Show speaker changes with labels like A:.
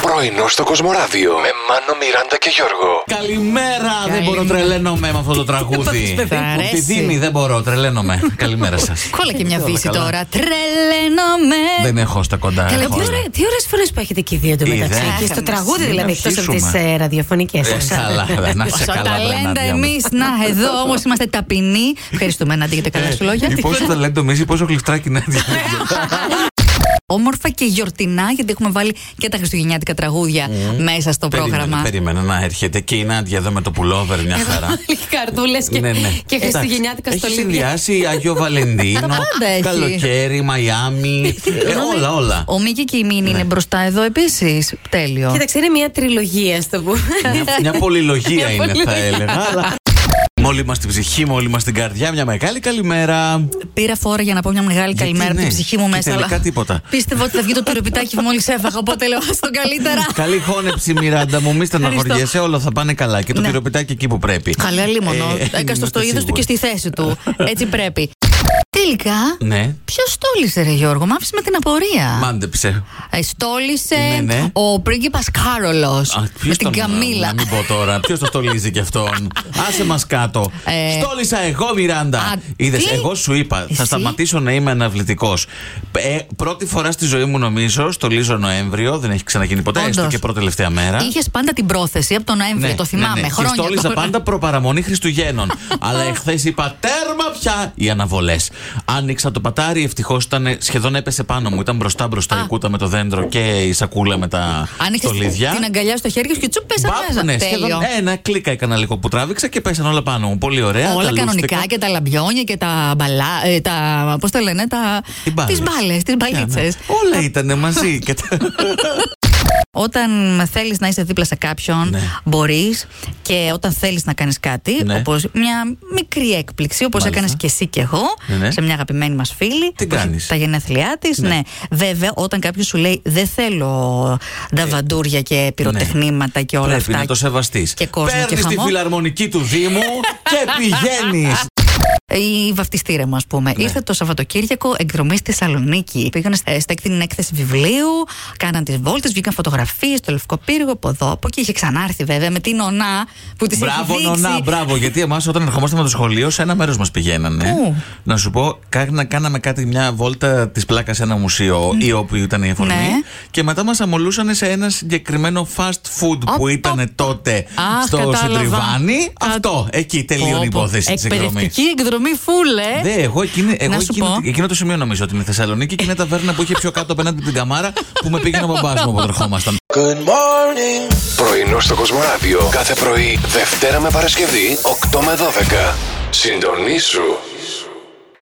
A: Πρωινό στο Κοσμοράδιο με Μάνο, Μιράντα και Γιώργο.
B: Καλημέρα! Δεν μπορώ, τρελαίνομαι με αυτό το τραγούδι.
C: παιδί μου.
B: Τη
C: Αρέσει.
B: δίνει, δεν μπορώ, τρελαίνομαι. Καλημέρα σας.
C: Κόλλα και μια
B: Όλα
C: φύση
B: καλά.
C: τώρα. Τρελαίνομαι.
B: Δεν έχω στα κοντά.
C: Καλά,
B: έχω
C: τι,
B: στα-
C: ωραία, τι ωραίες φωνές που έχετε και οι δύο
B: Είδα.
C: εντωμεταξύ. Και στο
B: Άχανες.
C: τραγούδι
B: Μην
C: δηλαδή, εκτός από τις
B: αρχίσουμε.
C: ε, ραδιοφωνικές.
B: Ε,
C: Όσα-
B: καλά, βέβαια, να είσαι
C: όσα
B: καλά,
C: ταλέντα
B: Βρενάντια μου.
C: εμείς, να, εδώ όμως είμαστε ταπεινοί. Ευχαριστούμε, Νάντι, για
B: Ε,
C: τα καλά σου λόγια.
B: Ή πόσο ταλέντο μίζει, πόσο γλυφτράκι να είναι.
C: Όμορφα και γιορτινά, γιατί έχουμε βάλει και τα χριστουγεννιάτικα τραγούδια μέσα στο πρόγραμμα.
B: Περίμενα να έρχεται και η Νάντια εδώ με το πουλόβερ μια χαρά.
C: Καρτούλες και,
B: Ναι, ναι.
C: και χριστουγεννιάτικα
B: Εντάξει,
C: στο
B: Έχει συνδυάσει Αγιο Βαλεντίνο,
C: πάντα έχει.
B: καλοκαίρι, Μαϊάμι. ε, όλα, όλα. Ναι.
C: Ο Μίκη και η Μίνη είναι μπροστά εδώ επίσης. Τέλειο.
D: Κοίταξε, είναι μια τριλογία, στο που.
B: Μια- Μια πολυλογία είναι, θα έλεγα. αλλά Με όλη μα την ψυχή, με όλη μα την καρδιά, μια μεγάλη καλημέρα.
C: Πήρα φόρα για να πω μια μεγάλη
B: Γιατί
C: καλημέρα από την
B: ναι,
C: ψυχή μου
B: και
C: μέσα.
B: τελικά
C: αλλά
B: τίποτα.
C: Πίστευα ότι θα βγει το τυροπιτάκι που μόλις έφαγα. Οπότε λέω: Ας τον καλύτερα.
B: Καλή χώνεψη, Μιράντα μου. Μη στεναχωριέσαι, όλα θα πάνε καλά. Και το
C: Ναι.
B: τυροπιτάκι εκεί που πρέπει.
C: Καλά, λίμωνο.
B: Ε,
C: Έκαστο
B: είμαστε
C: στο είδος του
B: σίγουροι.
C: και στη θέση του. Έτσι πρέπει. Τελικά,
B: Ναι,
C: ποιος στόλισε, Ρε Γιώργο, μ' άφησες με την απορία.
B: μάντεψε.
C: Ε, Στόλισε
B: Ναι, ναι.
C: ο πρίγκιπας Κάρολος
B: Α,
C: με
B: ποιος
C: την
B: τον-
C: Καμίλα.
B: Να μην πω τώρα. Ποιος το στολίζει κι αυτόν. Άσε μας κάτω.
C: Ε,
B: Στόλισα εγώ, Μιράντα.
C: α,
B: Είδες,
C: τι?
B: εγώ σου είπα, θα
C: Εσύ?
B: σταματήσω να είμαι αναβλητικός. Ε, πρώτη φορά στη ζωή μου, νομίζω, στολίζω Νοέμβριο. Δεν έχει ξαναγίνει ποτέ, έστω
C: Όντως.
B: και πρώτη τελευταία μέρα.
C: Είχες πάντα την πρόθεση από τον Νοέμβριο, Ναι,
B: Ναι,
C: το θυμάμαι. Χρόνια
B: Και στόλιζα
C: τώρα.
B: πάντα προπαραμονή Χριστουγέννων. Αλλά εχθές είπα τέρμα πια οι αναβολές. Άνοιξα το πατάρι, ευτυχώς ήταν σχεδόν έπεσε πάνω μου. Ήταν μπροστά μπροστά η κούτα με το δέντρο και η σακούλα με τα
C: Άνοιξες
B: στολίδια.
C: την αγκαλιά στο χέρι σου και τσουπ πέσα
B: Μπαπ,
C: μέσα.
B: ναι,
C: Τέλειο.
B: σχεδόν ένα κλικ έκανα λίγο που τράβηξα και πέσαν όλα πάνω μου. Πολύ ωραία. Ε, τα
C: Όλα
B: λούστικα.
C: κανονικά και τα λαμπιόνια και τα μπαλά. Ε, τα, πώς τα λένε, τα.
B: Οι μπάλες. Ναι,
C: Τις μπάλες, τις μπαλίτσε.
B: Κάνα. Όλα ήταν μαζί. και τα-
C: Όταν θέλεις να είσαι δίπλα σε κάποιον,
B: Ναι.
C: μπορείς και όταν θέλεις να κάνεις κάτι,
B: Ναι.
C: όπως μια μικρή έκπληξη, όπως
B: Μάλιστα.
C: έκανες και εσύ και εγώ,
B: Ναι, ναι.
C: σε μια αγαπημένη μας φίλη.
B: Την
C: που έχει
B: κάνεις.
C: Τα γενέθλιά της. Ναι. Βέβαια, όταν κάποιος σου λέει Δεν θέλω νταβαντούρια και πυροτεχνήματα και όλα
B: Ε, Πρέπει
C: αυτά.
B: να το σεβαστείς.
C: και κόσμο και
B: Παίρνεις τη
C: χαμό.
B: φιλαρμονική του Δήμου και πηγαίνεις.
C: Η βαφτιστήρα μου, ας πούμε.
B: Ναι.
C: Ήρθε το Σαββατοκύριακο εκδρομή στη Θεσσαλονίκη. Πήγαν ε, στα την έκθεση βιβλίου, κάναν τις βόλτες, βγήκαν φωτογραφίες στο Λευκό Πύργο, από εδώ, από εκεί. Είχε ξανάρθει βέβαια με την Ονά που τη έχει
B: Μπράβο,
C: δείξει.
B: νονά, μπράβο. Γιατί εμάς όταν ερχόμασταν με το σχολείο, σε ένα μέρος μας πηγαίνανε.
C: Πού?
B: Να σου πω, κάνα, κάναμε κάτι, μια βόλτα της πλάκας σε ένα μουσείο ή όπου ήταν η εφορμή.
C: Ναι.
B: Και μετά μας αμολούσαν σε ένα συγκεκριμένο fast food που
C: Οπα.
B: ήταν τότε
C: Αχ,
B: στο
C: κατάλαβα.
B: Συντριβάνι.
C: Κα-
B: Αυτό. Εκεί τελείωνε η
C: Πω, πω.
B: υπόθεση της εκδρομής.
C: Εκπαιδευτική εκδρομή, ε. φούλε.
B: Δε, εγώ, εκείνη, εγώ
C: Να σου
B: εκείνη-
C: πω.
B: εκείνο το σημείο νομίζω ότι είναι η Θεσσαλονίκη και είναι η ταβέρνα που είχε πιο κάτω απέναντι την καμάρα που με πήγαινε ο μπαμπάς μου όταν ερχόμασταν.
A: Πρωινό στο Κοσμοράδιο κάθε πρωί, Δευτέρα με Παρασκευή, 8 με 12. Συντονίσου